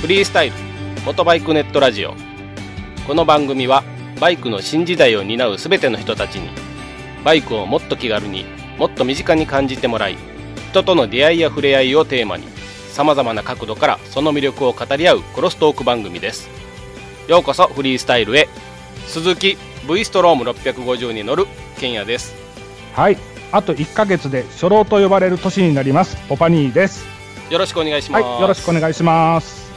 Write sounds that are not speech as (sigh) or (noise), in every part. フリースタイルモトバイクネットラジオこの番組はバイクの新時代を担うすべての人たちにバイクをもっと気軽にもっと身近に感じてもらい人との出会いや触れ合いをテーマにさまざまな角度からその魅力を語り合うクロストーク番組ですようこそフリースタイルへ鈴木 V ストローム650に乗るケンヤですはい。あと1ヶ月で初老と呼ばれる年になります。ポパニーです。よろしくお願いしまはい。す、よろしくお願いします。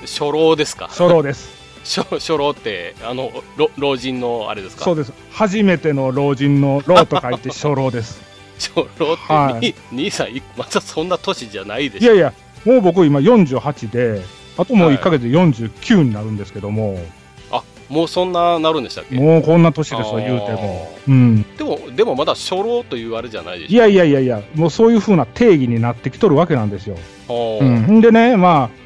初老ですか初 (laughs) 老です。初初老ってあのろ老人のあれですかそうです。初めての老人の老と書 (laughs) いて初老です。初老って、はに兄さんいまたそんな年じゃないでいしょやいや、もう僕今48で、あともうはい1ヶ月で49になるんですけども、あもうそんななるんでしたっけもうこんな年であすよ、ー言うても。うん。でもでもまだ初老というあれじゃないでいしょやいやいやいや、もうそういう風な定義になってきとるわけなんですよ。おうーん、でね、まあ、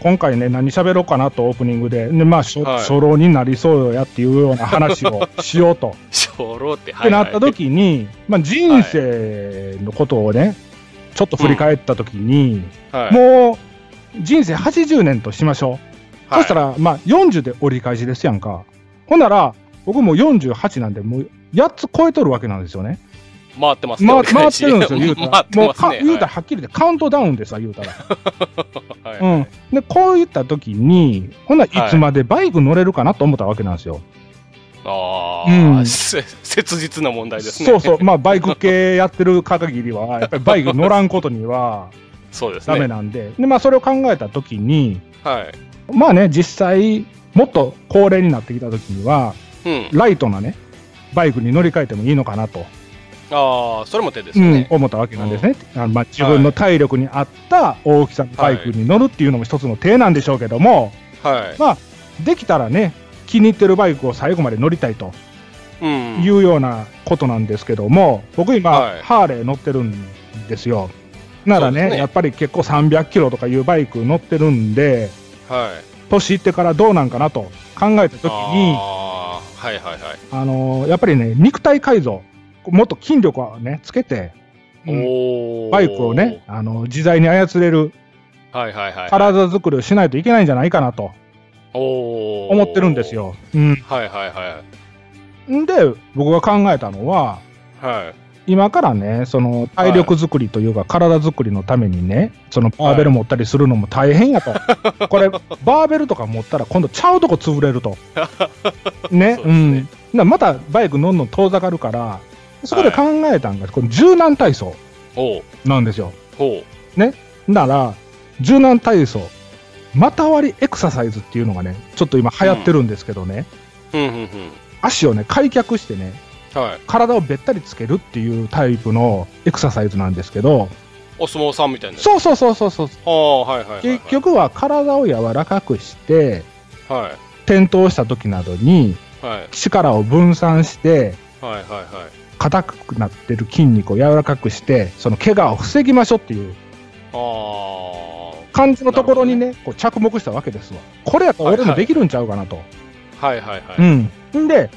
今回ね、何喋ろうかなとオープニングで、でまあ、初はい初老になりそうやっていうような話をしようと。初老ってっはてい、は、ないった時に、まあ、人生のことをね、ちょっと振り返った時に、はいもう人生80年としましょう。はいそしたら、まあ、40で折り返しですやんか。ほんなら、僕もう48なんで、もう8つ超えとるわけなんですよね。回ってますね、ま、折り回返っしてる (laughs) んですよ、言うたら回。ってもうますか、ね言うたらはっきり言ってカウントダウンですわ、言うたら。はいはいうん、でこういった時に、ほんならいつまでバイク乗れるかなと思ったわけなんですよ。ああ、うんせ切実な問題ですねそうそう、まあ、バイク系やってる限りは、やっぱりバイク乗らんことに (laughs) は (laughs) そうですダメねなんで、でまあ、それを考えた時に、はいまあね、実際、もっと高齢になってきた時には、うんライトなね、バイクに乗り換えてもいいのかなと、ああそれも手ですうよんね、、思ったわけなんですね。あのまあ、自分の体力に合った大きさのバイクに乗るっていうのも一つの手なんでしょうけども、はいできたらね、気に入ってるバイクを最後まで乗りたいと。うんいうようなことなんですけども、僕今、はいハーレー乗ってるんですよ。ならそうでねすねやっぱり結構300キロとかいうバイク乗ってるんで、はい年いってからどうなんかなと考えたときに、ああーはいはいはいのーやっぱりね、肉体改造、もっと筋力をね、つけて、うんおおバイクをね、あの自在に操れるはいはいはい体作りをしないといけないんじゃないかなとお思ってるんですよ。うん、はいはいはいんで、僕が考えたのは、はい今からね、その体力作りというか、体作りのためにね、そのバーベル持ったりするのも大変 (laughs) やと、これ、バーベルとか持ったら、今度、ちゃうとこ潰れる (laughs) と、ね、そうですねうん、なまたバイク、どんどん遠ざかるから、そこで考えたんが、この柔軟体操おうなんですよ。おうなら、柔軟体操、股割りエクササイズっていうのがね、ちょっと今、流行ってるんですけどね、うんうんうん足をね、開脚してね、はい体をべったりつけるっていうタイプのエクササイズなんですけど、お相撲さんみたいなそうそうそうそうそう。ああはいはいはいはい結局は体を柔らかくして、は転倒した時などにいはい力を分散して、はいはいはい硬くなってる筋肉を柔らかくして、その怪我を防ぎましょうっていうああ感じのところにね、こう着目したわけですわ。これやったら俺はいもはいできるんちゃうかなと。はいはいはい、うん。んで、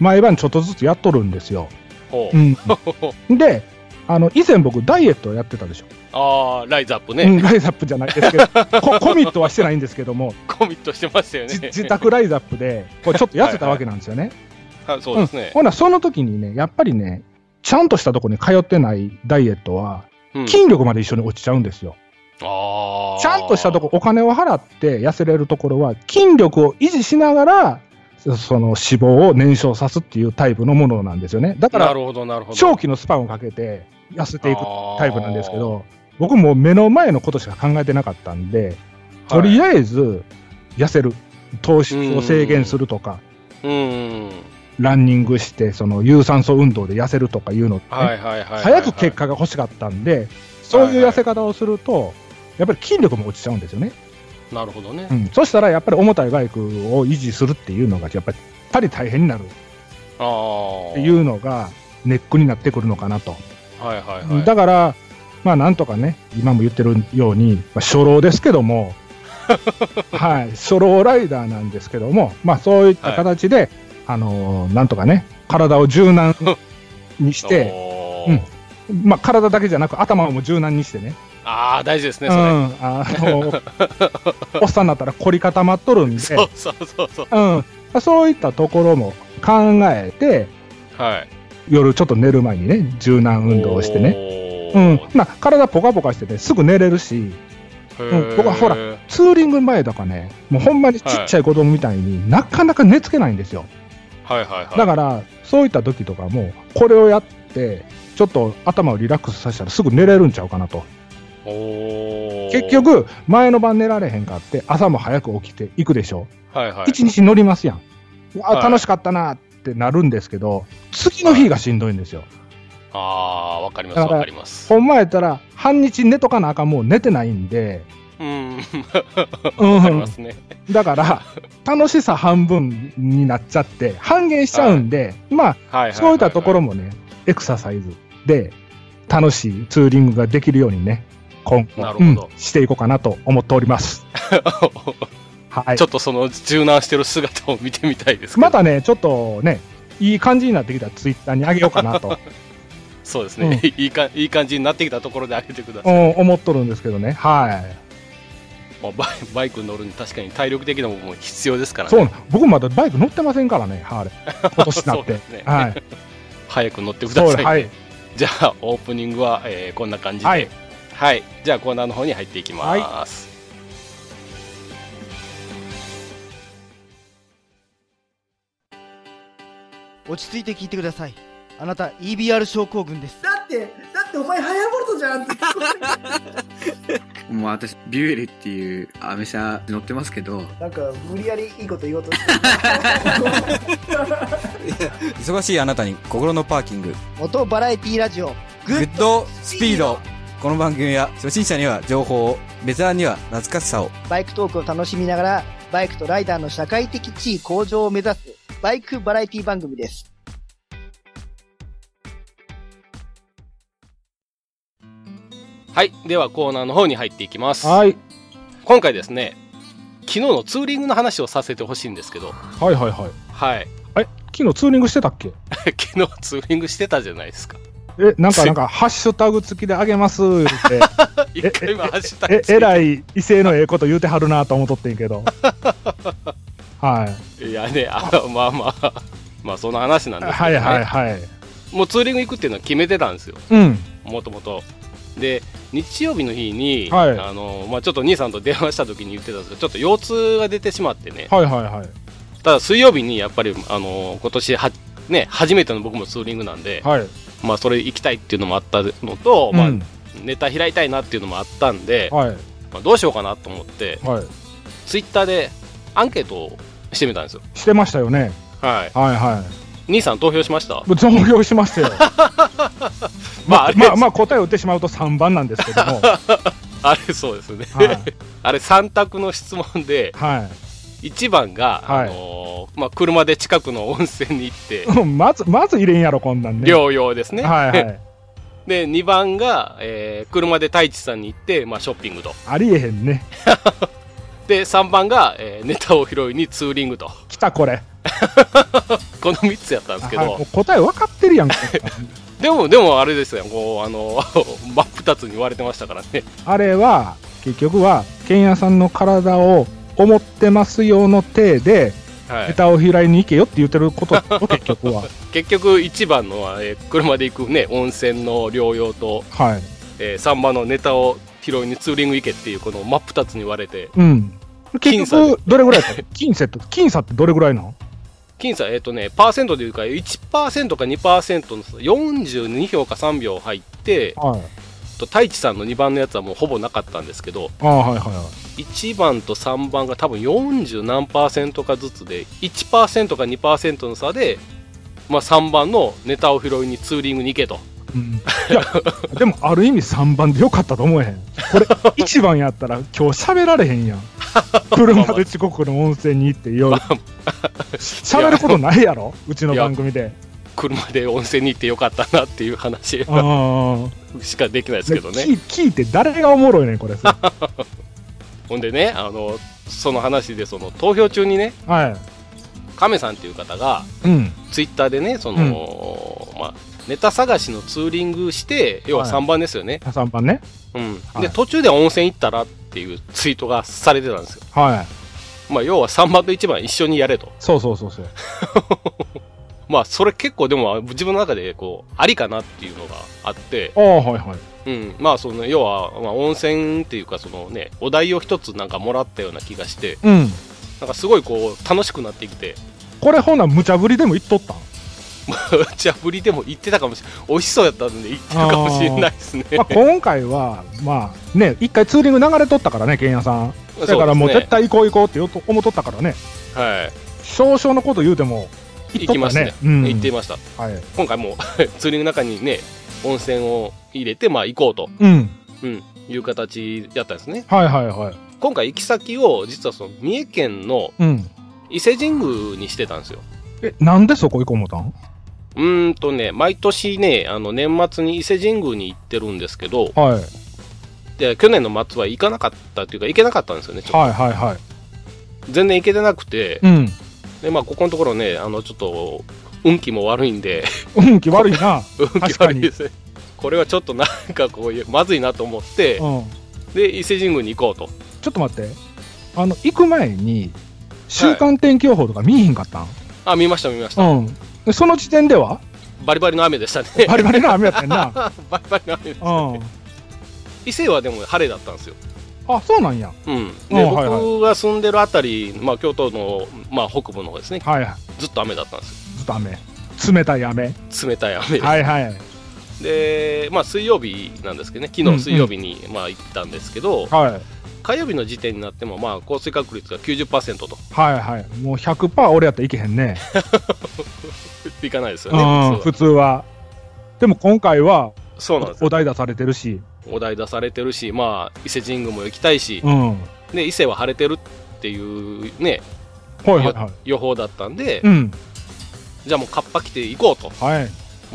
毎晩ちょっとずつやっとるんですよ。おうう (laughs) ん。で、あの、以前僕ダイエットをやってたでしょ。ああライズアップね、うん、ライズアップじゃないですけど、こコミットはしてないんですけども、 (laughs) コミットしてましたよねじ自宅ライズアップで、こうちょっと痩せたわけなんですよね。はい (laughs) そうですね、ほな、その時にね、やっぱりね、ちゃんとしたとこに通ってないダイエットは、うん筋力まで一緒に落ちちゃうんですよ。ああちゃんとしたとこ、お金を払って痩せれるところは、筋力を維持しながら、そその脂肪を燃焼さすっていうタイプのものなんですよね。だかなら、るほどなるほど長期のスパンをかけて痩せていくタイプなんですけあど、僕もう目の前のことしか考えてなかったんで、ーとりはいあえず痩せる、糖質を制限するとか、うんランニングして、その有酸素運動で痩せるとかいうのってね、はいはいはいはい、はい、早く結果が欲しかったんで、そういう痩せ方をすると、やっぱり筋力も落ちちゃうんですよね。なるほどね、うん、そしたら、やっぱり重たいバイクを維持するっていうのが、やっぱり大変になるっああていうのが、ネックになってくるのかなと。はいはいはいだから、まあ、なんとかね、今も言ってるように、まあ、初老ですけど (laughs) も、はい、初老ライダーなんですけども、まあ、そういった形で、あのーなんとかね、体を柔軟にして、お (laughs) うんまあ、体だけじゃなく頭も柔軟にしてね、ああ、大事ですね、うそれ。ん、あ (laughs) のおっさんになったら凝り固まっとるんでそうそうそうそう。うん、そういったところも考えてはい。夜ちょっと寝る前にね柔軟運動をしてね、ねうんまあ、体ポカポカしててすぐ寝れるしうん僕はほらツーリング前とかねもうほんまにちっちゃい子供みたいになかなか寝つけないんですよ、はいはいはい。だからそういった時とかもこれをやってちょっと頭をリラックスさせたらすぐ寝れるんちゃうかなとおー結、局前の晩寝られへんかって朝も早く起きていくでしょはいはい、一日乗りますやん。うわはい楽しかったなってなるんですけど、次の日がしんどいんですよ。ああ、わかりますだからわかります。ほんまやったら、半日寝とかなあかん、もう寝てないんで、うん、わうかりまん、すね。だから、楽しさ半分になっちゃって、半減しちゃうんで、まはいはあ、そういったところも。もね、エクササイズで楽しいツーリングができるようにね、今な後る、ほどうんしていこうかなと思ってお (laughs) ります。はいちょ。っとその柔軟してる姿を見てみたいですけど。またね、ちょっとね、いい感じになってきたらツイッターにあげようかなと。そうですね、ういいか。いい感じになってきたところで上げてくだうさい。ん、思っとるんですけどね、はい、まあバイバイク乗るに確かに体力的なものも必要ですからね。そう僕、まだバイク乗ってませんからね、ハーレ (laughs) ー、今年になっそうでてすね、はい、早く乗ってくだそうさい。はい、じゃあ、オープニングは、えーこんな感じで。ははいい。じゃあ、コーナーの方に入っていきます。落ち着いて聞いてくださいあなた EBR 症候群ですだって、だってお前ハヤボルトじゃんって。もう私、ビュエルっていうアメ車乗ってますけど、なんか、無理やりいいこと言おうとして。 (laughs) 忙しいあなたに心のパーキング元バラエティラジオググッドスピードこの番組は初心者には情報をベテランには懐かしさをバイクトークを楽しみながらバイクとライダーの社会的地位向上を目指すバイクバラエティ番組ですはい。では、コーナーの方に入っていきます。はい、今回ですね、昨日のツーリングの話をさせてほしいんですけど、はい、はい、はい、はい。 (laughs) 昨日ツーリングしてたっけ昨日ツーリングしてたじゃないですか。え、なんせか、なんか、ハッシュタグ付きであげます言 (laughs) うて一回も走ったえ、えい。らい威勢のええこと言うてはるなと思っとってんけ (laughs) ど、はいやね、あのまあまあ、 (laughs) まあその話なんい、ですけど、はねい、はい、はい、もうツーリング行くっていうのは決めてたんですよ、うん、もともと。で、日曜日の日に、はいあのまあ、ちょっと兄さんと電話した時に言ってたんですけど、ちょっと腰痛が出てしまってね、はい、はい、はい、ただ水曜日にやっぱり、あの今年は、ね、初めての僕もツーリングなんで、はい、まあ、それ行きたいっていうのもあったのと、まあ、ネタ開いたいなっていうのもあったんで、うん、はい、まあ、どうしようかなと思って、はツイッターでアンケートをしてみたんですよ。い、してましたよね、はい、はい、はい。兄さん投票しましたもう増量しましたよ。 (laughs) まああまれまあ、まあ、答えを打ってしまうと3番なんですけ (laughs) ども。はあれそうですね、い。 (laughs) あれ3択の質問では1番が、はあいのーまあ、車で近くの温泉に行ってい。 (laughs) まず、まず入れんやろ、こんなんね。療養ですね、はいはい。で2番が、えー車で太一さんに行って、まあ、ショッピングとありえへんね。で3番が、えーネタを拾いにツーリングと来た、これ。この3つやったんですけはいど、もう答え分かってる (laughs) やん。これでもでもあれですよこうあの (laughs) 真っ二つに割れてましたからねあれは、結局は、けんやさんの体を思ってますよの体で、はネい、タを開いに行けよって言ってることと、結 (laughs) 局は。結局1番のは、えー車で行く、ね、温泉の療養と、はい。え3番のネタを拾いにツーリング行けっていうこの真っ二つに割れてうん。僅結差で局、どれぐらいやった (laughs) 僅差って、僅差ってどれぐらいなの僅差、えっとね、パーセントでいうか、1%か2%の42票か3票入って、はい。と太一さんの2番のやつはもうほぼなかったんですけど、ああ、はいはいはい。 1番と3番が多分40何パーセントかずつで、1%か2%の差で、まあ、3番のネタを拾いにツーリングに行けと。うんいやでもある意味3番でよかったと思えへんこれ1番やったら今日喋られへん (laughs) やん車で四国の温泉に行って夜喋ることないやろうちの番組で車で温泉に行ってよかったなっていう話あーしかできないですけどね。聞聞いて誰がおもろいねんこれはほんでね、あの、その話で、その投票中にね、亀さんっていう方が、いうんツイッターでねその、まあ、ネタ探しのツーリングして要ははい3番ですよね、 3番ね。うんはでい途中で温泉行ったらっていうツイートがされてたんですよ、はい。まあ、要は3番と1番一緒にやれとそうそうそうそう。まあそれ結構でも自分の中でこうありかなっていうのがあって、ああ、はいはい。うん、まあその要はまあ温泉っていうかそのねお題を一つなんかもらったような気がしてうん。なんかすごいこう楽しくなってきて (laughs) これほんなら無茶ぶりでも言っとったんじゃあぶりでも行ってたかもしれない美味しそうやったんで行ってるかもしれないですね (laughs) まあ、今回は、まあね、一回ツーリング流れとったからね、けんやさん。だからもうそです絶対行こう行こうって言おうと思っとったからね、ねはい少々のこと言うても、行っ行ときっまたしたねね。、うん行ってましたはい。今回もう (laughs) ツーリングの中にね温泉を入れてまあ行こうと、うん。うん、いう形やったんですねはいはいはい。今回行き先を実はその三重県のうん。伊勢神宮にしてたんですよえ、なんでそこ行こう思ったんうーんとね、毎年ね、あの年末に伊勢神宮に行ってるんですけど、はい。で去年の末は行かなかったというか、行けなかったんですよね、ちょっはいはいはい。と全然行けてなくて、うん。でまあ、ここのところね、あのちょっと運気も悪いん (laughs) で、運気悪 (laughs) いな。運気確か悪いにですね、これはちょっとなんかこういう、まずいなと思って、うん。で伊勢神宮に行こうと。ちょっと待って。あの、行く前に、週間天気予報とか見えへんかったん、あ、見ました、見ました、うん。でその時点では、バリバリの雨で (laughs) したね、バリバリの雨やったんや (laughs) な。バリバリの雨でしたうねん。伊勢はでも晴れだったんですよ。あ、そうなんや。うん、うんではいはい僕が住んでるあたり、まあ、京都の、まあ、北部の方ですね、はい。ずっと雨だったんですよずっと雨。冷たい雨。冷たい雨で,、はいはい。でまあ、水曜日なんですけどね昨日水曜日にまあ行ったんですけど、はい。火曜日の時点になってもまあ降水確率が90%と (laughs) はいはい。もう100%俺やったらいけへんね。いかないですようん、ね普通は。でも今回はそうそうなんですおよ題出されてるし、お題出されてるし、まあ、伊勢神宮も行きたいし、うん。はいで伊勢は晴れてるっていうねはいはい。予報だったんで、うん。じゃあもうカッパ着て行こうとはい。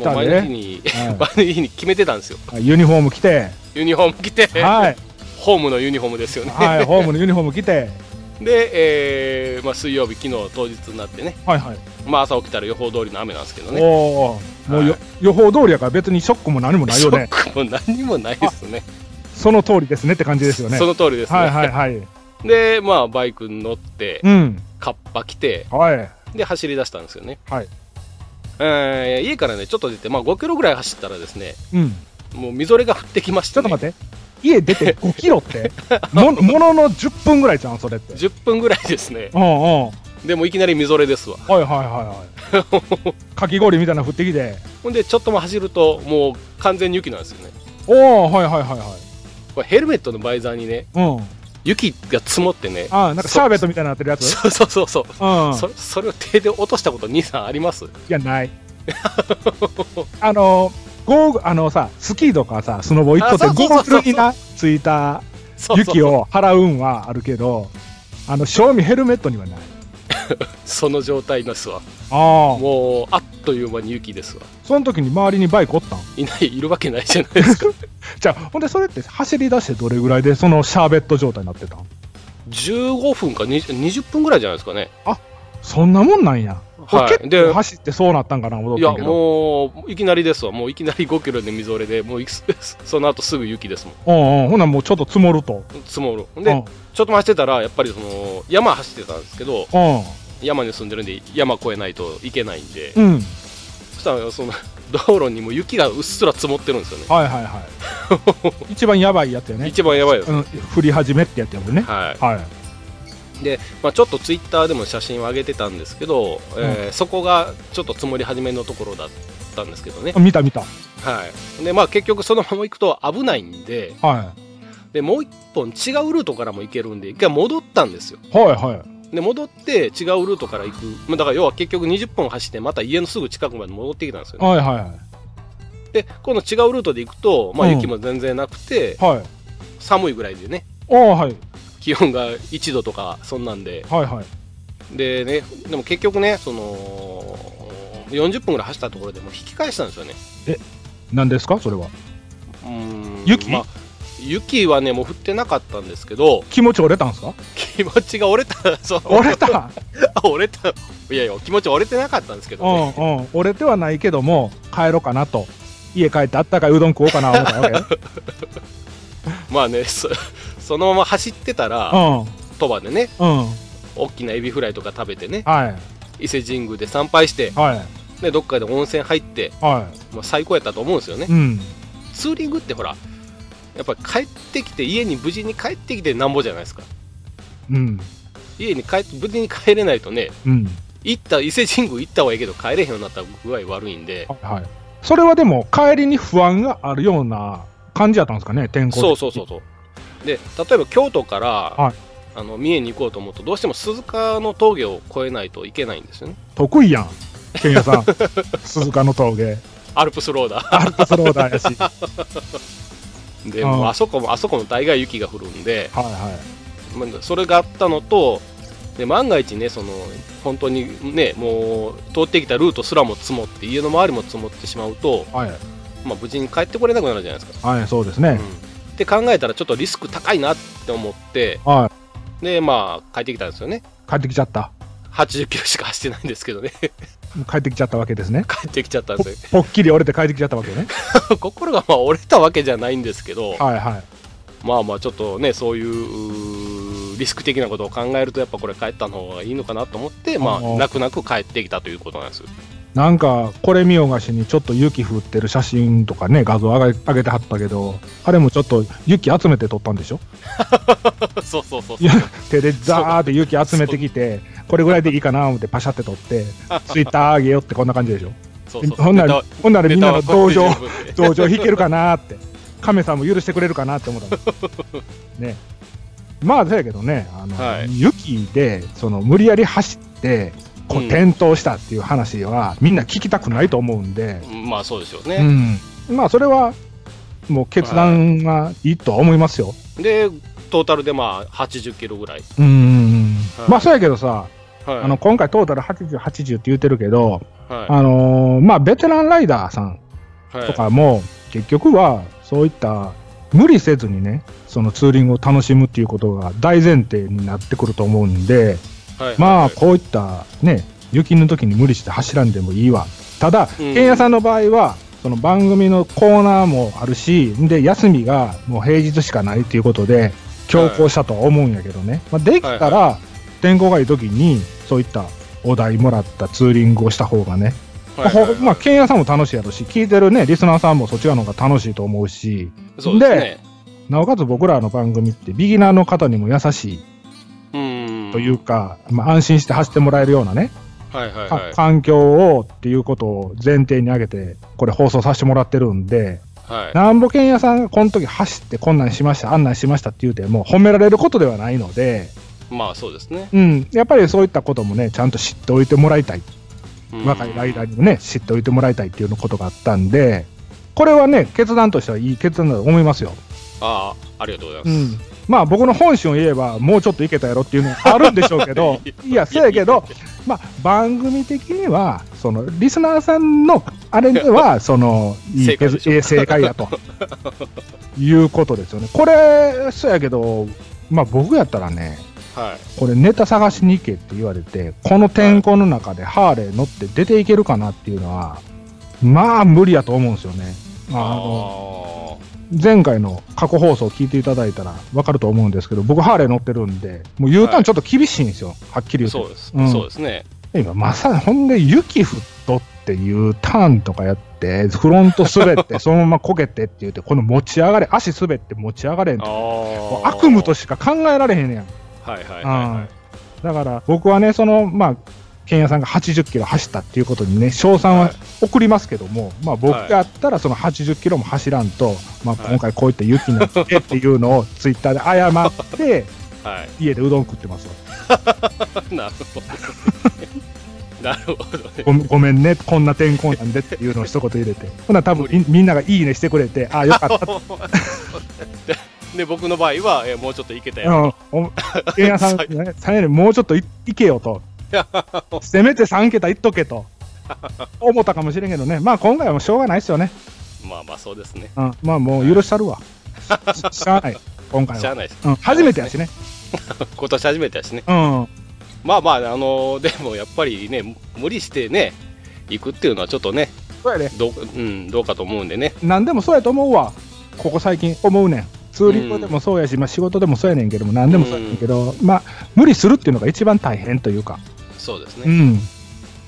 もう前来たのね日に、は前いの日に決めてたんですよユニフォーム着て、ユニフォーム着て、はい。ホームのユニフォームですよね、はい。ホームのユニフォーム着て、で、えーまあ、水曜日昨日当日になってねはいはい。まあ朝起きたら予報通りの雨なんですけどね。おお、もうよ、はい予報通りやから別にショックも何もないよね。ショックも何もないですね。その通りですねって感じですよね。その通りですね。はいはいはい。で、まあバイクに乗って、うん。カッパ来て、はい。で走り出したんですよね。はい。えー家からね、ちょっと出て、まあ5キロぐらい走ったらですね、うん。もうみぞれが降ってきましちょて、っとね、待って。家出て5キ (laughs) ロって、もものの10分ぐらいじゃん、それって。 10分ぐらいですね。うんうん。でもいきなりみぞれですわ。はいはいは (laughs) いはい。かき氷みたいなの降ってきて。ほんで、ちょっとも走ると、もう完全に雪なんですよね。おおはいはいはいはい。これヘルメットのバイザーにね、うん。雪が積もってね、ああ、なんかシャーベットみたいになってるやつ。そうそうそうそう、うん。そそれを手で落としたこと、兄さんありますいや、ない。 (laughs) あの、ゴーグあのさ、スキーとかさ、スノボ行っとあそっうて、そゴうそうそうーグルにな、ついたそうそう雪を払うんはあるけど、あの、賞味ヘルメットにはない。その状態ですわああ。もうあっという間に雪ですわその時に周りにバイクおったん (laughs) いないいるわけないじゃないですかじゃあ、ほんで、それって走り出してどれぐらいで、そのシャーベット状態になってたん15分か20 20分ぐらいじゃないですかねそんなもんなんや。はい俺結で構走ってそうなったんかな、思っいとやったけど。もういきなりですわもういきなり5キロでみぞれでもういく (laughs) その後すぐ雪ですもんうんうん。ほな、もうちょっと積もると。積もるうほんん。でちょっと走ってたらやっぱりその山走ってたんですけどう山に住んでるんで山越えないといけないんでん。うん。そしたらその (laughs) 道路にもう雪がうっすら積もってるんですよねはいは (laughs) いはい。一番やばいやつよね。一番やばいです、うん、振り始めってやつやもんね。はいはい。で、まあ、ちょっとツイッターでも写真を上げてたんですけど、えーそこがちょっと積もり始めのところだったんですけどね、あ見た見た。はいでまあ、結局そのまま行くと危ないんではでもう一本違うルートからも行けるんで一回戻ったんですよい。はいはい。で戻って違うルートから行く、まあ、だから要は結局20分走ってまた家のすぐ近くまで戻ってきたんですよねはいはで今度違うルートで行くと、まあ、うん雪も全然なくてい。はい。寒いぐらいでねああ、はい。気温が1度とかそんなんではいはい。でね、でも結局ね、その40分ぐらい走ったところでもう引き返したんですよね。何ですかそれは。うーん雪まあ雪はね、もう降ってなかったんですけど、気持ち折れたんすか (laughs) 気持ちが折れた、そう折れた折れた、いやいや、気持ち折れてなかったんですけど (laughs) うね。んうん、折れてはないけども、帰ろうかなと、家帰ってあったかいうどん食おうかな思ったわけよ。 (laughs) まあね、そそのまま走ってたら、鳥羽でね、うん、うん、大きなエビフライとか食べてね、は伊勢神宮で参拝してい、、はね、どっかで温泉入って、い、はまあ、最高やったと思うんですよねい、。うん、ツーリングってほら、やっぱり帰ってきて、家に無事に帰ってきてなんぼじゃないですか。うん、家に帰って無事に帰れないとね、うん、行った伊勢神宮行ったはいいけど帰れへんようになったら具合悪いんで、はい、はい。それはでも、帰りに不安があるような感じやったんですかね、天候そうそうそうそうで例えば京都から、はいあの三重に行こうと思うとどうしても鈴鹿の峠を越えないといけないんですよね得意やん、ケン (laughs) ヤさん、鈴鹿の峠、アルプスローダーアルプスローダーやし、はい (laughs) でああもうあそこもあそこも大概雪が降るんで、はまあそれがあったのとで万が一ねその本当にねもう通ってきたルートすらも積もって家の周りも積もってしまうと、い、はい、まあ、無事に帰ってこれなくなるじゃないですかはい、そうですね、うんって考えたらちょっとリスク高いなって思って、はでまあ帰ってきたんですよね帰ってきちゃった、 80キロしか走ってないんですけどね (laughs) 帰ってきちゃったわけですね、帰ってきちゃったんぽですぽっきり折れて帰ってきちゃったわけね、よ (laughs) 心がまあ折れたわけじゃないんですけど、はい、はい。まあまあちょっとねそういううーリスク的なことを考えるとやっぱこれ帰ったの方がいいのかなと思ってまああー泣く泣く帰ってきたということなんです (laughs) なんかこれ見よがしにちょっと雪降ってる写真とかね画像上げ上げてはったけどあれもちょっと雪集めて撮ったんでしょ (laughs) そうそうそういや手でザーって雪集めてきてこれぐらいでいいかな思ってパシャって撮ってツイッター上げよってこんな感じでしょそうそうほんなネタらはほんならみんなのネタはこ同れで情十分で同情引けるかなって亀さんも許してくれるかなって思ったもんねまあそうやけどねあの、はい雪でその無理やり走ってこううん転倒したっていう話は、みんな聞きたくないと思うんで、 (laughs) まあそうですようね、ん、まあそれはもう決断がいいとは思いますよ。でトータルでまあ80キロぐらい、うんはいまあそうやけどさ、はい、あの今回トータル80、80って言ってるけど、はあのーまあ、ベテランライダーさんいはいとかも結局はそういった無理せずにねそのツーリングを楽しむっていうことが大前提になってくると思うんで、はいはいまあこういったね雪の時に無理して走らんでもいいわただうんけんやさんの場合はその番組のコーナーもあるしで休みがもう平日しかないということで強行したとは思うんやけどね、まあ、できたら天候がいい時にそういったお題もらったツーリングをした方がね、はいはいはいほまあけんやさんも楽しいやろし聞いてるねリスナーさんもそっちらの方が楽しいと思うしそうですねなおかつ僕らの番組ってビギナーの方にも優しいうんというか、まあ、安心して走ってもらえるようなねはいはいかはい環境をっていうことを前提に挙げて、これ放送させてもらってるんで、はいなんぼけん屋さんがこの時走ってこんなんしました、あんなんしましたって言うても褒められることではないので、まあそうですね。うん、やっぱりそういったこともね、ちゃんと知っておいてもらいたい。うん若いライダーにもね、知っておいてもらいたいっていうのことがあったんで、これはね、決断としてはいい決断だと思いますよ。ああ、ありがとうございまうす。ん、まあ僕の本心を言えばもうちょっといけたやろっていうのはあるんでしょうけど (laughs) いやせやけど、まあ、番組的にはそのリスナーさんのあれで (laughs) はそのいい正解でしょええ正解や (laughs) ということですよねこれそうやけど、まあ、僕やったらねはい。これネタ探しに行けって言われてこの天候の中でハーレー乗って出ていけるかなっていうのはまあ無理やと思うんですよね。あのあ前回の過去放送を聞いていただいたら分かると思うんですけど、僕、ハーレー乗ってるんで、もう U ターンちょっと厳しいんですよ、はっきりあ、言っそて。うです、うんそうですね。今、まさに、ほんで、雪降っとっていうターンとかやって、フロント滑 (laughs) って、そのままこけてって言って、この持ち上がれ、足滑って持ち上がれんあと、もうあ。悪夢としか考えられへんねやん。はいはいはい、うんはだから、僕はね、その、まあ、ケンヤさんが80キロ走ったっていうことにね、賞賛は送りますけども、まあ、僕はいがあったらその80キロも走らんと、まあ、はい今回こういった雪になってっていうのをツイッターで (laughs) 謝ってい。は家でうどん食ってますわい、なるほど、ね。なるほどね。ごめんごめんねこんな天候なんでっていうのを一言入れてほな多分みみんなが「いいね」してくれてああよかっ (laughs) たってで、僕の場合は、えもうちょっといけたうよ。んおケンヤさん、ね、さやにもうちょっといいけ (laughs) よとせめて3桁いっとけと思ったかもしれんけどねまあ今回はもうしょうがないですよね、まあまあそうですね。うん、まあもう許した (laughs) るわししゃあない今回しゃあは、ないです。 (laughs) うん、初めてやしね今年初めてやしね。うんまあまあ、あのでもやっぱりね、無理してね、行くっていうのはちょっとね、そうやね。どう,、うん、どうかと思うんでね。何でもそうやと思うわ。ここ最近思うねん。ツーリングでもそうやし、まあ仕事でもそうやねんけども、何でもそうやねんけど、まあ、無理するっていうのが一番大変というか。そうですうね。ん。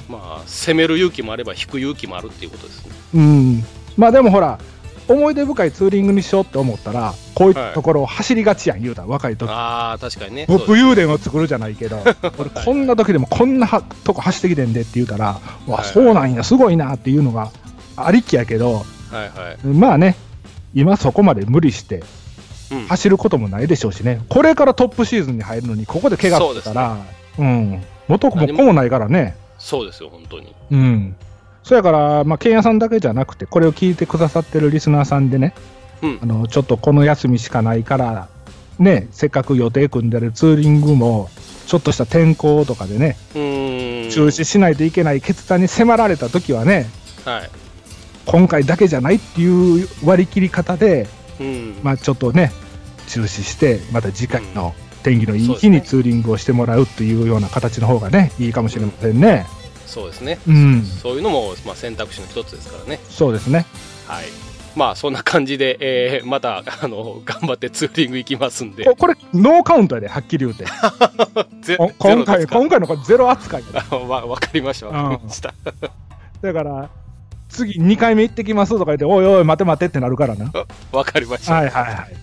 まあ、攻める勇気もあれば、引く勇気もあるっていうことですね。うん。まあでもほら、思い出深いツーリングにしようって思ったら、こういったところを走りがちやん、言うたら、若い時。ああ、確かに (laughs) ね。武そう勇伝を作るじゃない (laughs) けど、俺、こんな時でもこんなはとこ走ってきてんでって言うたら、わ、はいそうなんや、すごいなっていうのがありきやけど、はいはい。まあね、今そこまで無理してうん走ることもないでしょうしね、これからトップシーズンに入るのに、ここで怪我してたら、うん、元も子もないからね、そうですよ、本当に。うん。そやから、まあ、ケンヤさんだけじゃなくて、これを聞いてくださってるリスナーさんでね、うんあのちょっとこの休みしかないから、ね、せっかく予定組んでるツーリングも、ちょっとした天候とかでね、うーん。中止しないといけない決断に迫られた時はね、はい。今回だけじゃないっていう割り切り方で、うん。まあ、ちょっとね、中止して、また次回の天気のいそいうです日ねにツーリングをしてもらうっていうような形の方がね、いいかもしれませんね。そうですね。うん、そういうのも、まあ、選択肢の一つですからね。そうですね。はい。まあ、そんな感じで、えーまた、あの、頑張ってツーリング行きますんで。ここれ、ノーカウントやで、はっき (laughs) り言うて。ぜこゼロ今で回、すか今回のこれゼロ扱いやであわわかりました、わかりました。だから、次2回目行ってきますとか言って、おいおい、待て待てってなるからな。わかりました。はいはいはい。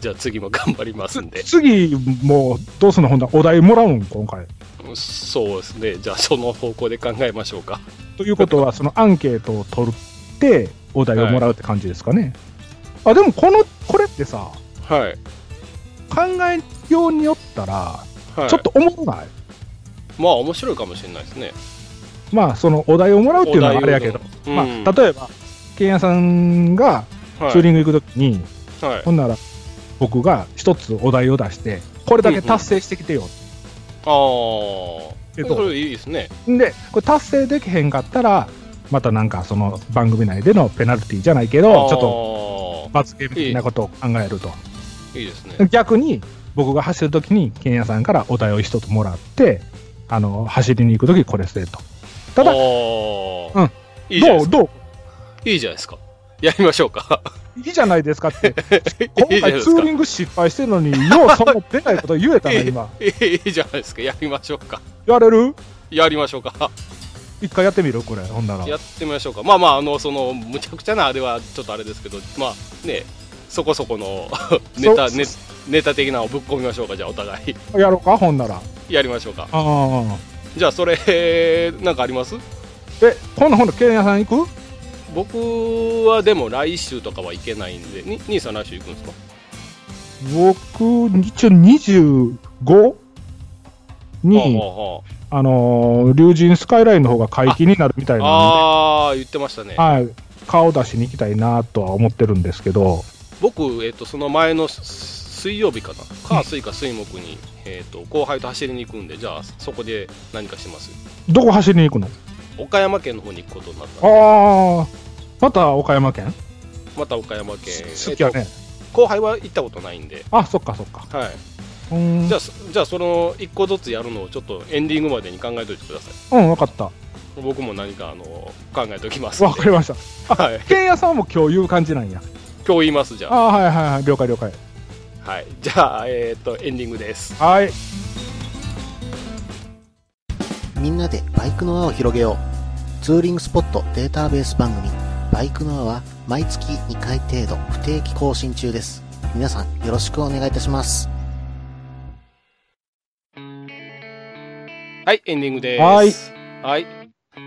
じゃあ次も頑張りますんでつ。次、もう、どうすんの、ほんだお題もらうん、今回。そうですね。じゃあその方向で考えましょうか。ということは、そのアンケートを取って、お題をもらうって感じですかね。あ、でも、この、これってさ、はい。考えようによったら、はい、ちょっと思わない、まあ面白いかもしれないですね。まあ、そのお題をもらうっていうのはあれやけど、うんまあ、例えば、ケンヤさんがツーリング行くときに、はいはいほんなら僕が一つお題を出してこれだけ達成してきてよ、ああ、えっとそれいいですね。んでこれ達成できへんかったらまたなんかその番組内でのペナルティじゃないけどちょっとょ罰ゲーム的なことを考えるとっと。いいですね。逆に僕が走るときにケンヤさんからお題を一つもらってあの走りに行くときこれせえとただあどーうんいいじゃないうどういいじゃないですか。やりましょうか。 (laughs) いいじゃないですかっていい今じゃないで回ツすーかリ。ング失敗してるのにようそんな出ないこと言えたの今 (laughs) いいじゃないですか。やりましょうか。やれるやりましょうか。一回やってみるこれほんならやってみましょうか。まあまあ、あの、その、むちゃくちゃなあれはちょっとあれですけど、まあね、そこそこの (laughs) ネタ、そネネタ的なのをぶっ込みましょうか、じゃあお互い。やろうかほんならあやりましょうか。あじゃあそれ、えーなんかありますえ、今度、今度、ケンヤさん行く僕はでも来週とかはいけないんで、に兄さん来週行くんですか僕、一応25に、はあのー、竜神スカイラインの方が解禁になるみたいあはなあ、あー言ってましたねんで、。はい、顔出しに行きたいなとは思ってるんですけど、僕、えっと、その前のす水曜日かな、火、水か水木に、えっと、後輩と走りに行くんで、じゃあそこで何かします。どこ走りに行くの岡山県の方に行くことになったんでああ、また岡山県また岡山県。好きやえっね。と後輩は行ったことないんで。あ、そっかそっか。はうーんい、じゃあ、そじゃあその1個ずつやるのをちょっとエンディングまでに考えておいてください。うん、わかった。僕も何かあの考えておきますんで。わかりました。はい、ケンヤさんも今日言う感じなんや。今日言いますじゃあああー、はいはいはい、了解了解。はいじゃあえーっとエンディングですはい。みんなでバイクの輪を広げよう。ツーリングスポットデータベース番組、バイクの輪は毎月2回程度不定期更新中です。皆さんよろしくお願いいたします。はいエンディングですはいはい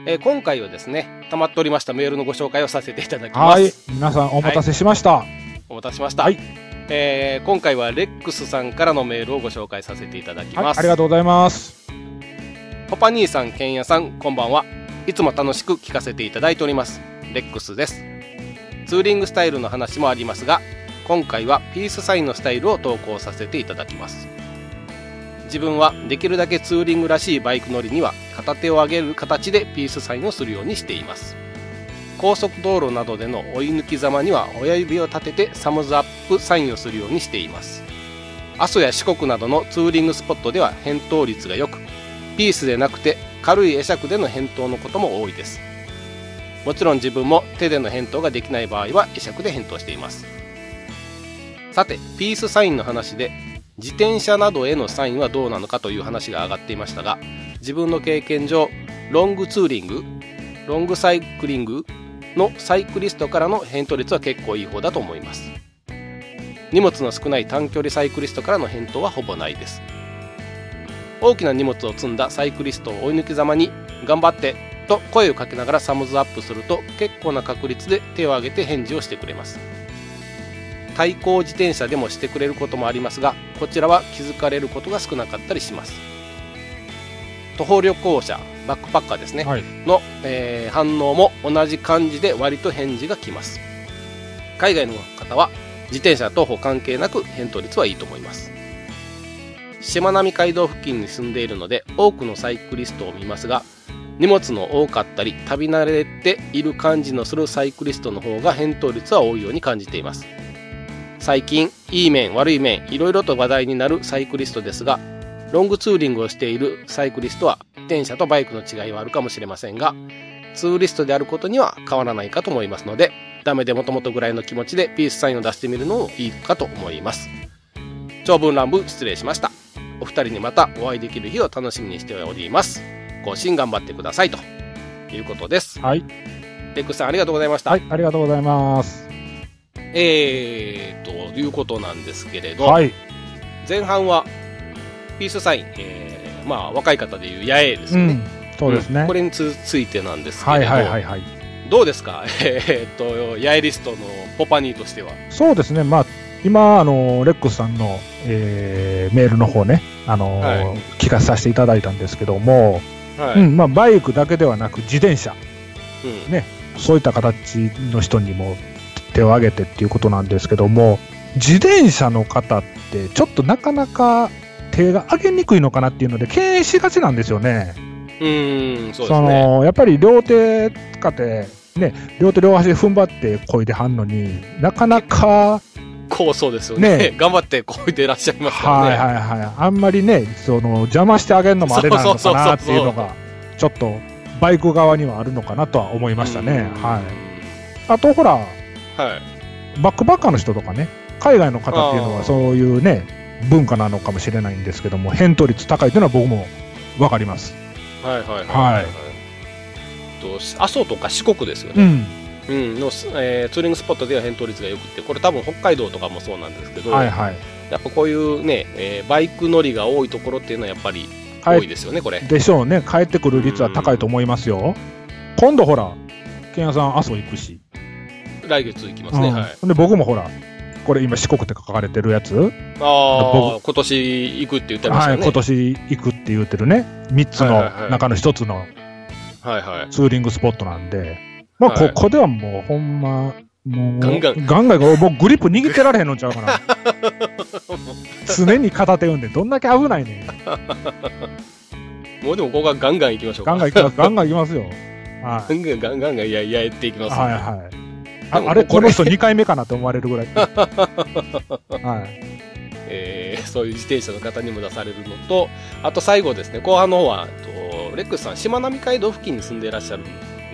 えー今回はですね溜まっておりましたメールのご紹介をさせていただきますはい。皆さん、お待たせしました。お待たせしました、はいえー今回はレックスさんからのメールをご紹介させていただきはまい、す、ありがとうございます。パパ兄さん、けんやさん、こんばんは。いつも楽しく聞かせていただいております。レックスです。ツーリングスタイルの話もありますが、今回はピースサインのスタイルを投稿させていただきます。自分はできるだけツーリングらしいバイク乗りには片手を上げる形でピースサインをするようにしています。高速道路などでの追い抜きざまには親指を立ててサムズアップサインをするようにしています。阿蘇や四国などのツーリングスポットでは返答率が良くピースでなくて軽い会釈での返答のことも多いですもちろん自分も手での返答ができない場合は会釈で返答していますさてピースサインの話で自転車などへのサインはどうなのかという話が上がっていましたが自分の経験上ロングツーリングロングサイクリングのサイクリストからの返答率は結構いい方だと思います荷物の少ない短距離サイクリストからの返答はほぼないです大きな荷物を積んだサイクリストを追い抜きざまに「頑張って」と声をかけながらサムズアップすると結構な確率で手を挙げて返事をしてくれます対向自転車でもしてくれることもありますがこちらは気づかれることが少なかったりします徒歩旅行者バックパッカーですね、はい。の、えー反応も同じ感じで割と返事が来ます海外の方は自転車徒歩関係なく返答率はいいと思いますしまなみ海道付近に住んでいるので多くのサイクリストを見ますが荷物の多かったり旅慣れている感じのするサイクリストの方が返答率は多いように感じています最近いい面悪い面いろいろと話題になるサイクリストですがロングツーリングをしているサイクリストは自転車とバイクの違いはあるかもしれませんがツーリストであることには変わらないかと思いますのでダメでもともとぐらいの気持ちでピースサインを出してみるのもいいかと思います長文乱文失礼しましたお二人にまたお会いできる日を楽しみにしております更新頑張ってくださいということですはい。レックスさんありがとうございました、はい。ありがとうございます。えーということなんですけれど、はい。前半はピースサイン、えーまあ若い方でいう八重ですうね、ん。そうですねんこ。れにつついてなんですけはれいど、はいはいはい。どうですか、 (laughs) えーっと、ヤエリストのポパニーとしては。そうですね、まあ、今、あのレックスさんの、えーメールの方ね、あのはい聞かさせていただいたんですけども、はい。う。うんんまあ、バイクだけではなく、自転車、そういった形の人にも手を挙げてっていうことなんですけども、自転車の方って、ちょっとなかなか手が挙げにくいのかなっていうので、敬遠しがちなんですよね。うん、そうですそね。のやっぱり両手使って、ね、両手両足で踏ん張ってこいではんのになかなか。こうそうですよね。ね (laughs) 頑張ってこいでいらっしゃいますからはね。いはいはい、あんまりね、その邪魔してあげるのもあれなのかなっていうそうそのうそうが、ちょっとバイク側にはあるのかなとは思いましたね。うんはい、あと、ほら、はい。バックバッカーの人とかね、海外の方っていうのあーは、そういうね、文化なのかもしれないんですけども、返答率高いというのは僕も分かります。はいはいはいと阿蘇とか四国ですようね、ん、うんの、えーツーリングスポットでは返答率がよくってこれ多分北海道とかもそうなんですけど、はいはい。やっぱこういうね、えーバイク乗りが多いところっていうのはやっぱりは多いい、ですよね、これでしょうね、帰ってくる率は高いと思いますよ。今度ほら、ケンヤさん、阿蘇行くし。来月行きますうんね、はいで僕もほら、これ今、四国って書かれてるやつ、ああ僕今年行くって言ってましたはよい、ね、今年行くって言ってるね、3つはいはいはのい中の1つのはいはいツーリングスポットなんで、まあ、はいここではもう、ほんま、もう、ガンガンガンガンもうグリップ握ってられへんのちゃ (laughs) うかな。常に片手運んで、どんだけ危ないねん。もうでもここはガンガン行きましょうか。ガンガン行きます、ガンガン行きますよ。はガンガンガンガンガンややっていきい。ます、はいはい。あでもあれ、ここれの人2回目かなと思われるぐ (laughs) らい。はい。えーそういう自転車の方にも出されるのと、あと最後ですね、後半の方は、えっとレックスさん、しまなみ海道付近に住んでいらっしゃるん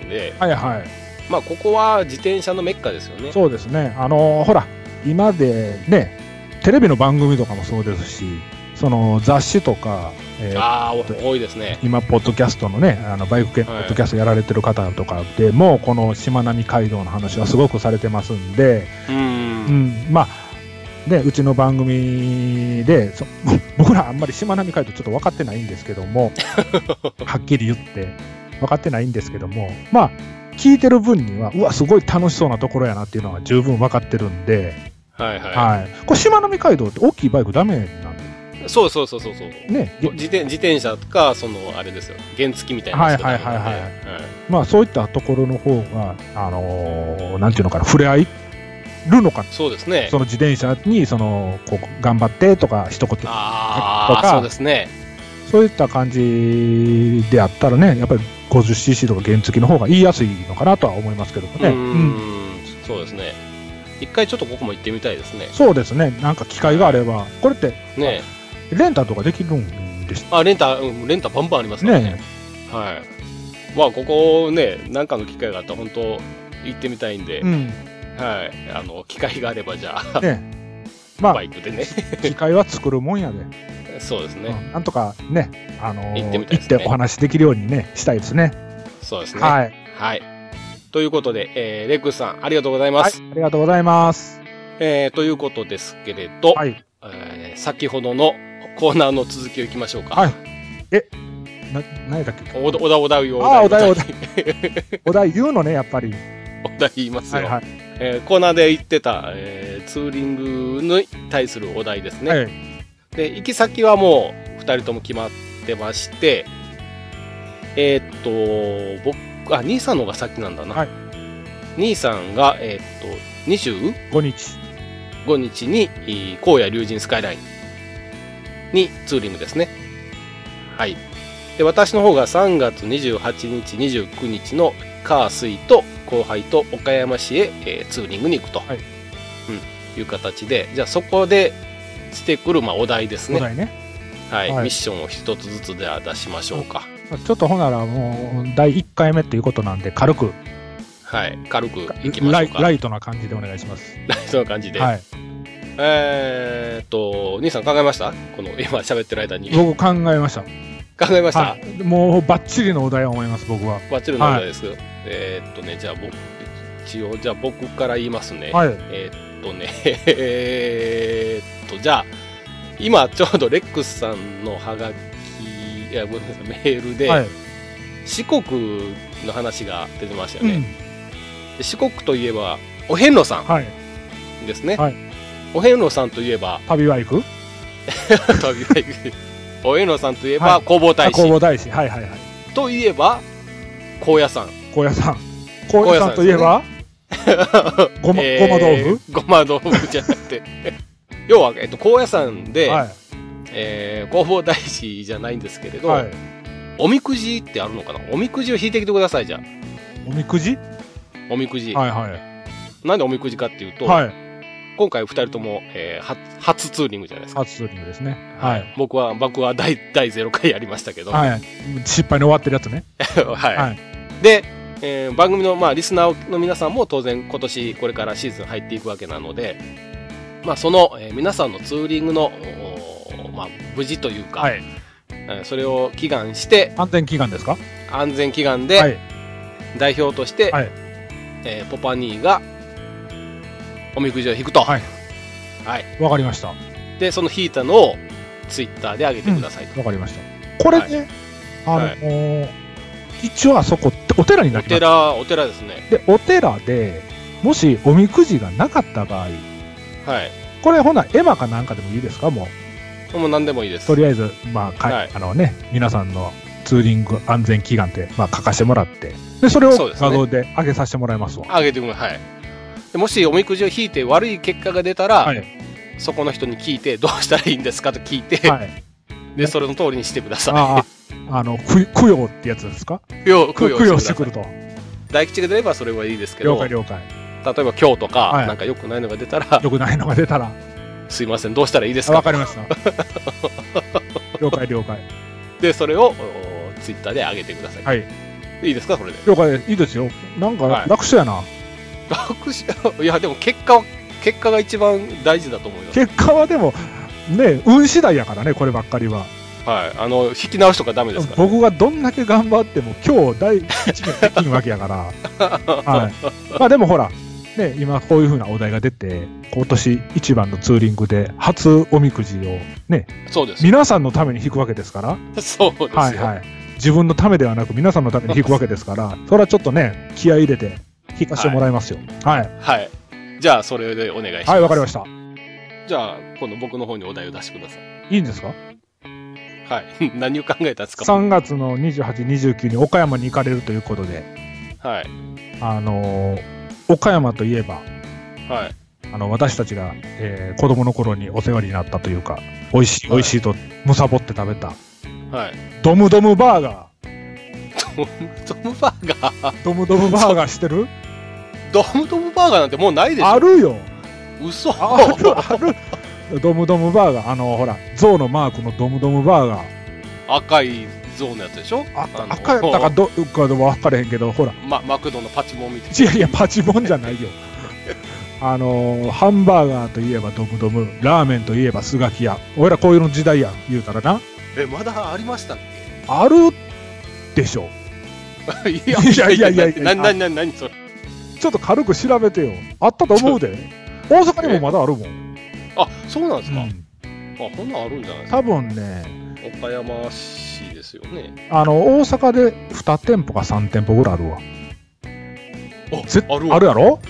で、はいはい。まあ、ここは自転車のメッカですよね。そうですね、あのーほら、今でね、テレビの番組とかもそうですし、その雑誌とか、えーああ、多いですね。今、ポッドキャストのね、あのバイク系のポはいッドキャストやられてる方とかでも、このしまなみ海道の話はすごくされてますんで、う。うんん、まあ、ね、うちの番組で、そ (laughs) 僕らあんまりしまなみ海道ちょっと分かってないんですけ (laughs) ども、はっきり言って、分かってないんですけども、まあ、聞いてる分には、うわ、すごい楽しそうなところやなっていうのは十分分かってるんで、はいはい。はい、これ、しまなみ海道って大きいバイクダメなんでそうそうそうそうそう。ね、自転自転車とか、その、あれですよ、原付みたいなやつとかなんで。はいはいはいはいはいまあ、そういったところの方が、あのーなんていうのかな、触れ合えるのかな、そうですねそ。の自転車にそのこう頑張ってとか、一言、あとあ、かそうですね。そういった感じであったらね、やっぱり 50cc とか原付の方が言いやすいのかなとは思いますけどもね、ううんん。そうですね。一回ちょっとここも行ってみたいですね。そうですね、なんか機会があれば、これってねレンタルとかできるんんです。あ、レンタ、うんレンタバンバンありますからね。ねはい。まあ、ここね、なんかの機会があったら、本当行ってみたいんで、え。 (laughs) うん。はい。あの、機会があれば、じゃあ、ねまバあ、イクで (laughs) ね。機会は作るもんやで。そうですね。うんなんとかね、あのー行ってみたいで行っすねてお話しできるようにね、したいですね。そうですね。はい。はい。ということで、えーレックスさん、ありがとうございまはいす。。ありがとうございます。えーということですけれど、はい。えー先ほどのコーナーの続きをいきましょうか。はいな、何だっけおだおだおだよ。あーおお題題お題言うのね、やっぱり。お題言いますはいよ。はい。えーコーナーで言ってた、えーツーリングに対するお題ですね。はいで行き先はもう2人とも決まってましてえーっと僕あ兄さんの方が先なんだな、はい兄さんが、えーっ5日。と25日にえー荒野竜神スカイラインにツーリングですねはいで私の方が3月28日29日の火水と後輩と岡山市へ、えーツーリングに行くと、はいうん、いう形でじゃあそこでしてくる、まあ、お題ですおね題ね。はい、はいミッションを一つずつでは出しましょうか。ちょっとほんならもう、第1回目っていうことなんで、軽く、はい、軽くいきまラしょイうか。ライトな感じでお願いします。 (laughs) その感じで。はい。えーっと、兄さん考えましたこの今喋ってる間に。考僕考えました。えました、はい。もう、バッチリのお題を思います、僕は。バッチリの問題です。えーっとね、じゃあ僕、一応、じゃあ僕から言いますね。はい。えーっとね、 (laughs) えーっと、じゃあ、今ちょうどレックスさんのハガキ、いや、ごめんなさい、メールで、はい。四国の話が出てましたようね。ん。で四国といえば、お遍路さん。はい。ですね、はいお遍路さんといえば (laughs) 旅は行く旅が行くお遍路さんといえば、はい弘法大工師房大師。はいはいはい。といえば高野山高野山。高野山といえ (laughs) ば、ごま、えごま豆ーごま豆腐じゃなくて (laughs) 要は、えっと、高野山で、腐はえー、弘法大師じゃないんですけれい。ど、はい。おみくじってあるのかなおみくじを引いてきてくださいじゃあおみくじおみくじ、はいはい。なんでおみくじかっていうと、はい。今回二人とも、えー、初初ツーリングじゃないですか、初ツーリングですね。はい。僕は僕は第第0回やりましたけど、はい。失敗に終わってるやつね。 (laughs) はい、はで、えー番組の、まあ、リスナーの皆さんも当然今年これからシーズン入っていくわけなので、まあ、その、えー皆さんのツーリングの、おまあ、無事というか、はい。えーそれを祈願して安全祈願ですか安全祈願はでい。代表として、はいえーポパニーがおみくじを引くと、はいわかりました。わでその引いたのをツイッターで上げてくださいと、かりました。これね、あのー、一応あそこってお寺になおります。寺お寺ですねで、お寺で、もしおみくじがなかった場は合、いこれほな、絵馬かなんかでもいいですかもう。もう何でもいいですとりあえず、まあ、かはいあのね、皆さんのツーリング安全祈願って、まあ、書かせてもらって、で、それをそうですね画像で上げさせてもらいますわ。あげてください。はい。でもしおみくじを引いて悪い結果が出たら、はいそこの人に聞いて、どうしたらいいんですかと聞いて、はい。で、それの通りにしてくださああ、あの、く供養ってやつですかい。供養、供養供養ししててくくだるさと。い。大吉が出ればそれはいいですけど、了例解え了解。ば今日とか、はいなんか良くないのが出たら、よくないのが出たら、すいません、どうしたらいいですあかわかりました。了解了解。で、それをツイッターで上げてください。はい。いいですか、それで。 (laughs) 了解です。いいですよ。なんかはい楽勝やな。楽しいや、でも結果は、結果が一番大事だと思います。結果はでも、ね、運次第やからね、こればっかりは。はい。あの、引き直しとかダメですから、僕がどんだけ頑張っても今日第一名できんわけ (laughs) やから、はい、まあでもほら、ね、今こういうふうなお題が出て今年一番のツーリングで初おみくじを、ね、そうです。皆さんのために引くわけですから、そうですよ。はいはい、自分のためではなく皆さんのために引くわけですからそれはちょっとね気合い入れて引かしてもらいますよはいはいはい。じゃあ、それでお願いします。わ、かりましたじゃあ、今度僕の方にお題を出してください。いいんですかはい。 (laughs) 何を考えたんですか3月の2829に岡山に行かれるということで、はい。あのー岡山といえばはい。あの私たちが、えー子供の頃にお世話になったというか美味しいはい美味しいとむさぼって食べたはい。ドムドムバーガドムドムバーガーードムドムバーガーしてるドムドムバーガーなんてもうないでしょあるよ嘘あるあるドムドムバーガーあのほら象のマークのドムドムバーガー赤いゾーンのやつでしょああの赤やったかどうかでも分からへんけど、ほら、ま、マクドのパチモンみたいいやいや、パチモンじゃないよ。あのーハンバーガーといえばドムドム、ラーメンといえばスガキ屋。俺らこういうの時代やん、言うたらな。えまだありましたっあるでしょ。け (laughs) いやいやいやいやいやなななな何それちょっと軽く調べてよ。あったと思うで。大阪にもまだあるもん。あそうなんですか、うんあこんなんあるんじゃないですか多分ね、岡山市ですよねあの、大阪で2店舗か3店舗ぐらいあるわ。あぜあるわあるや (laughs) ろ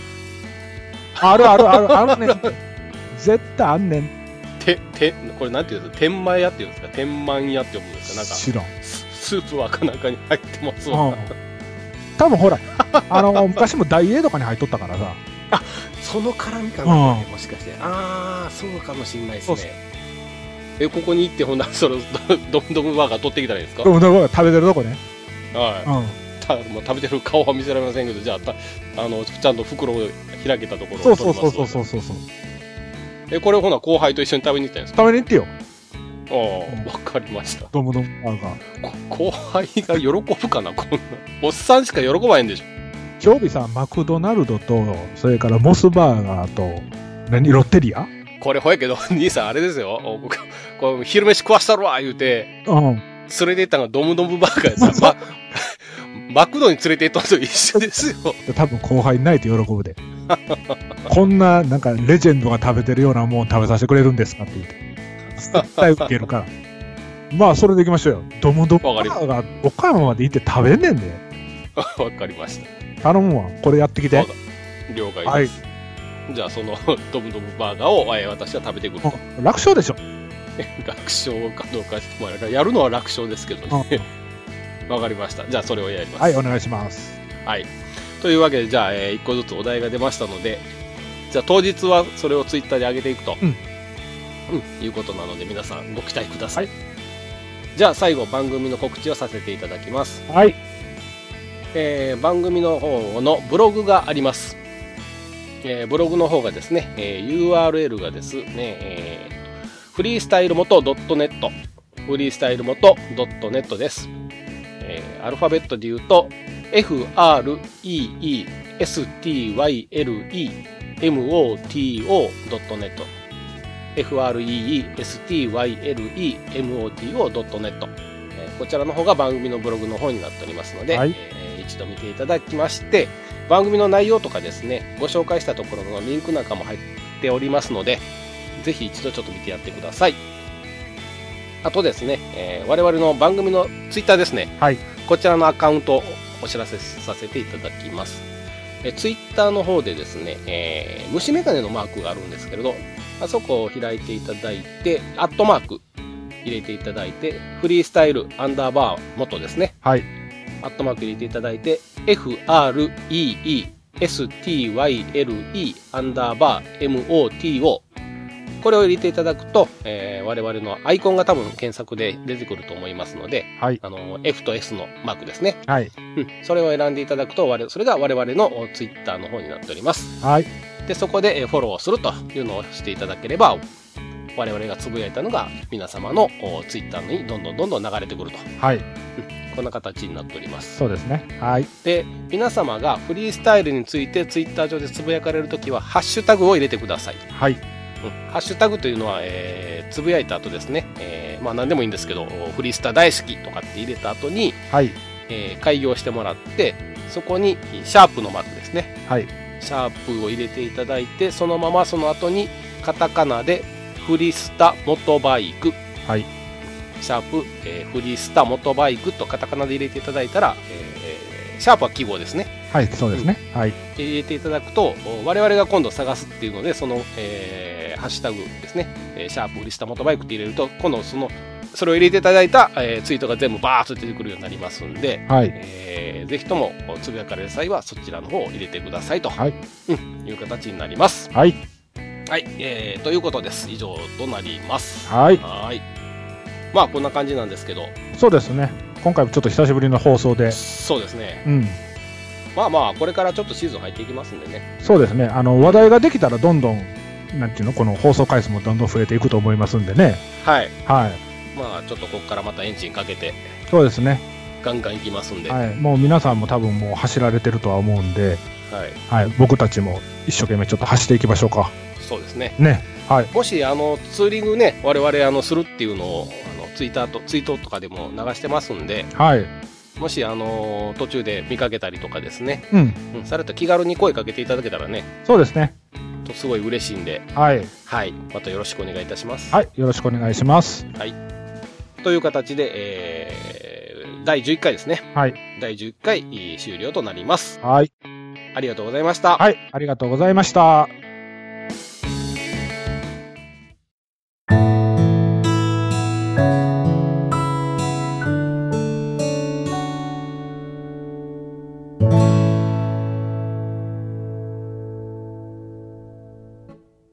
あるあるある、あるねん。絶対あんねん。ててこれなんていうんですか天満屋っていうんですか天満屋って呼ぶんですかなんか知らん。ススープはかなんかに入ってますわ、うん多分ほら、あの、昔も大英とかに入っとったから (laughs) さ。その絡みかなもしかしてああそうかもしれないですねえここに行ってほんな (laughs) らそのどどんどんバーガー取ってきたらいいですか、でもでも食べてるとこね。はいうん。たまあ、食べてる顔は見せられませんけどじゃあたあのちゃんと袋を開けたところをそ取うりそうますそうそうそううそうそう。えこれをほな後輩と一緒に食べに行ったんですか食べに行ってよ。ああわかりましたドムドムバーガー。こ後輩が喜ぶかなこんなおっさんしか喜ばへんでしょ常備さん、マクドナルドと、それからモスバーガーと、何ロッテリアこれほやけど兄さんあれですよお僕こう昼飯食わしたるわ言うてうん。連れて行ったのがドムドムバーガーですよ。ま (laughs) マクドに連れて行ったのと一緒ですよ。 (laughs) で多分後輩にないと喜ぶで。こんな、なんかレジェンドが食べてるようなもん食べさせてくれるんですかって言って。絶対受けるから。まあ、それでいきましょうよ。ドムドムバわかりまーガー、岡山まで行って食べんねんで。わかりました。頼むわ。これやってきてわ。了解です。じゃあその (laughs) ドムドムバーガーをえー私は食べてくると。うん楽勝で (laughs) しょ。楽勝かどうか、まあ、やるのは楽勝ですけどね。わかりました。じゃあそれをやります。はい、お願いします。はい。というわけで、じゃあ、え1個ずつお題が出ましたので、じゃあ当日はそれをツイッターで上げていくと、うんうんいうことなので、皆さんご期待ください。じゃあ最後、番組の告知をさせていただきます。はい。えー番組の方のブログがあります。えーブログの方がですね、えー URL がですね、えー、フリースタイル元 .net、フリースタイル元 .net です。えーアルファベットで言うと、freestylemoto.net freestylemoto.net えーこちらの方が番組のブログの方になっておりますので、はえいー一度見ていただきまして番組の内容とかですねご紹介したところのリンクなんかも入っておりますのでぜひ一度ちょっと見てやってくださいあとですね、えー我々の番組のツイッターですね、はいこちらのアカウントをお知らせさせていただきますえツイッター Twitter の方でですね、えー虫眼鏡のマークがあるんですけれどあそこを開いていただいてアットマーク入れていただいてフリースタイルアンダーバー元ですねはい。アットマーク入れていただいて FREESTYLE アンダーバー MOTO これを入れていただくと、えー我々のアイコンが多分検索で出てくると思いますので、はい。あの、F と S のマークですね。はい。うん、それを選んでいただくと、我々それが我々のツイッターの方になっております。はい。で、そこでえーフォローするというのをしていただければ、我々がつぶやいたのが皆様のツイッターにどんどんどんどん流れてくると。はい。こんな形になっております。そうですね。はい。で、皆様がフリースタイルについてツイッター上でつぶやかれるときは、ハッシュタグを入れてください。はい。うんハッシュタグというのは、えーつぶやいた後ですね、えーまあ何でもいいんですけど、フリースター大好きとかって入れた後に、はい。えー開業してもらって、そこにシャープのマークですね。はい。シャープを入れていただいて、そのままその後にカタカナでフリスタモトバイク。はい。シャープ、えーフリスタモトバイクとカタカナで入れていただいたら、えーシャープは記号ですね。はい。そうですね。はい。入れていただくと、お我々が今度探すっていうので、その、えーハッシュタグですね、えーシャープ、売りしたモトバイクって入れると、今度その、それを入れていただいた、えーツイートが全部バーッと出てくるようになりますんで、はい。えーぜひともおつぶやかれる際はそちらの方を入れてくださいと、はいうん、いう形になります。はい。はい、えーということです。以上となります。はい。はい。まあ、こんな感じなんですけど、そうですね。今回もちょっと久しぶりの放送で。そうですね。うん。まあまあ、これからちょっとシーズン入っていきますんでね。そうですね。あの、話題ができたらどんどん、なんていうの、この放送回数もどんどん増えていくと思いますんでね。はい。はい。まあちょっとここからまたエンジンかけてそうですね。ガンガン行きますんで、はいはい。もう皆さんも多分もう走られてるとは思うんで、はい。僕たちも一生懸命ちょっと走っていきましょうか。そうですねね。はい。もしあのツーリングね我々あのするっていうのをあのツイッターとツイートとかでも流してますんではい。もしあの途中で見かけたりとかですね、うん。うん、された気軽に声かけていただけたらねそうですね。とすごい嬉しいんではい。はいまたよろしくお願いいたします、はい。よろしくお願いします。という形で、えー第11回ですねはい。第11回えー終了となりますはい。ありがとうございましたはい。ありがとうございました。